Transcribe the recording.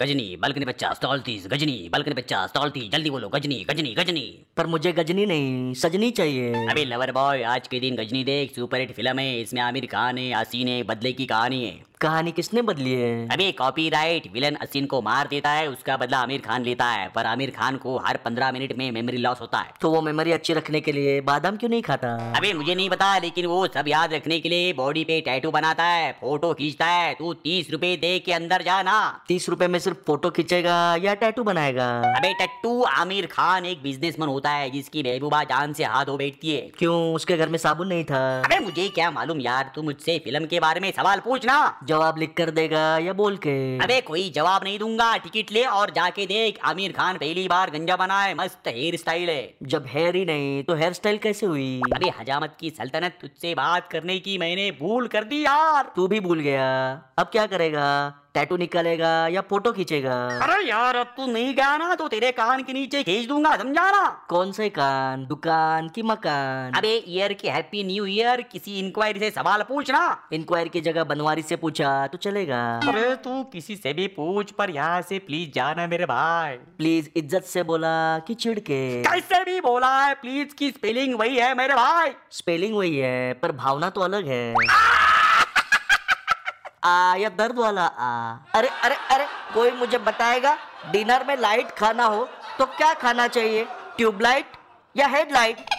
Ghazni balcony पचास तौल तीस गजनी बालकनी पचास तौल तीस जल्दी बोलो गजनी गजनी गजनी पर मुझे गजनी नहीं सजनी चाहिए अबे लवर बॉय आज के दिन गजनी देख सुपर हिट फिल्म है इसमें आमिर खान है हसीन है बदले की कहानी है कहानी किसने बदली है अबे कॉपीराइट विलन असीन को मार देता है उसका बदला आमिर खान लेता है पर आमिर खान को हर पंद्रह मिनट में मेमोरी लॉस होता है तो वो मेमोरी अच्छी रखने के लिए बादाम क्यों नहीं खाता अबे मुझे नहीं पता लेकिन वो सब याद रखने के लिए बॉडी पे टैटू बनाता है फोटो खींचता है तू तीस रुपए दे के अंदर जाना तीस रुपए में सिर्फ फोटो खींचेगा या टैटू बनाएगा अबे टट्टू आमिर खान एक बिजनेसमैन होता है जिसकी महबूबा जान से हाथ हो बैठती है क्यों उसके घर में साबुन नहीं था अबे मुझे क्या मालूम यार तू मुझसे फिल्म के बारे में सवाल पूछना जवाब लिख कर देगा या बोल के अबे कोई जवाब नहीं दूंगा टिकट ले और जाके देख आमिर खान पहली बार गंजा बना है मस्त हेयर स्टाइल है जब हेयर ही नहीं तो हेयर स्टाइल कैसे हुई अबे हजामत की सल्तनत तुझसे बात करने की मैंने भूल कर दी यार तू भी भूल गया अब क्या करेगा टैटू निकालेगा या फोटो खींचेगा अरे यार अब तू नहीं गया ना तो तेरे कान के नीचे खींच दूंगा समझाना कौन से कान दुकान की मकान अबे ईयर के हैप्पी न्यू ईयर किसी इंक्वायरी से सवाल पूछना इंक्वायरी की जगह बनवारी से पूछा तो चलेगा अरे तू किसी से भी पूछ पर यहाँ से प्लीज जाना मेरे भाई प्लीज इज्जत से बोला कि चिढ़ के कैसे भी बोला है प्लीज की स्पेलिंग वही है मेरे भाई स्पेलिंग वही है पर भावना तो अलग है आ या दर्द वाला आ अरे अरे अरे कोई मुझे बताएगा डिनर में लाइट खाना हो तो क्या खाना चाहिए ट्यूबलाइट या हेडलाइट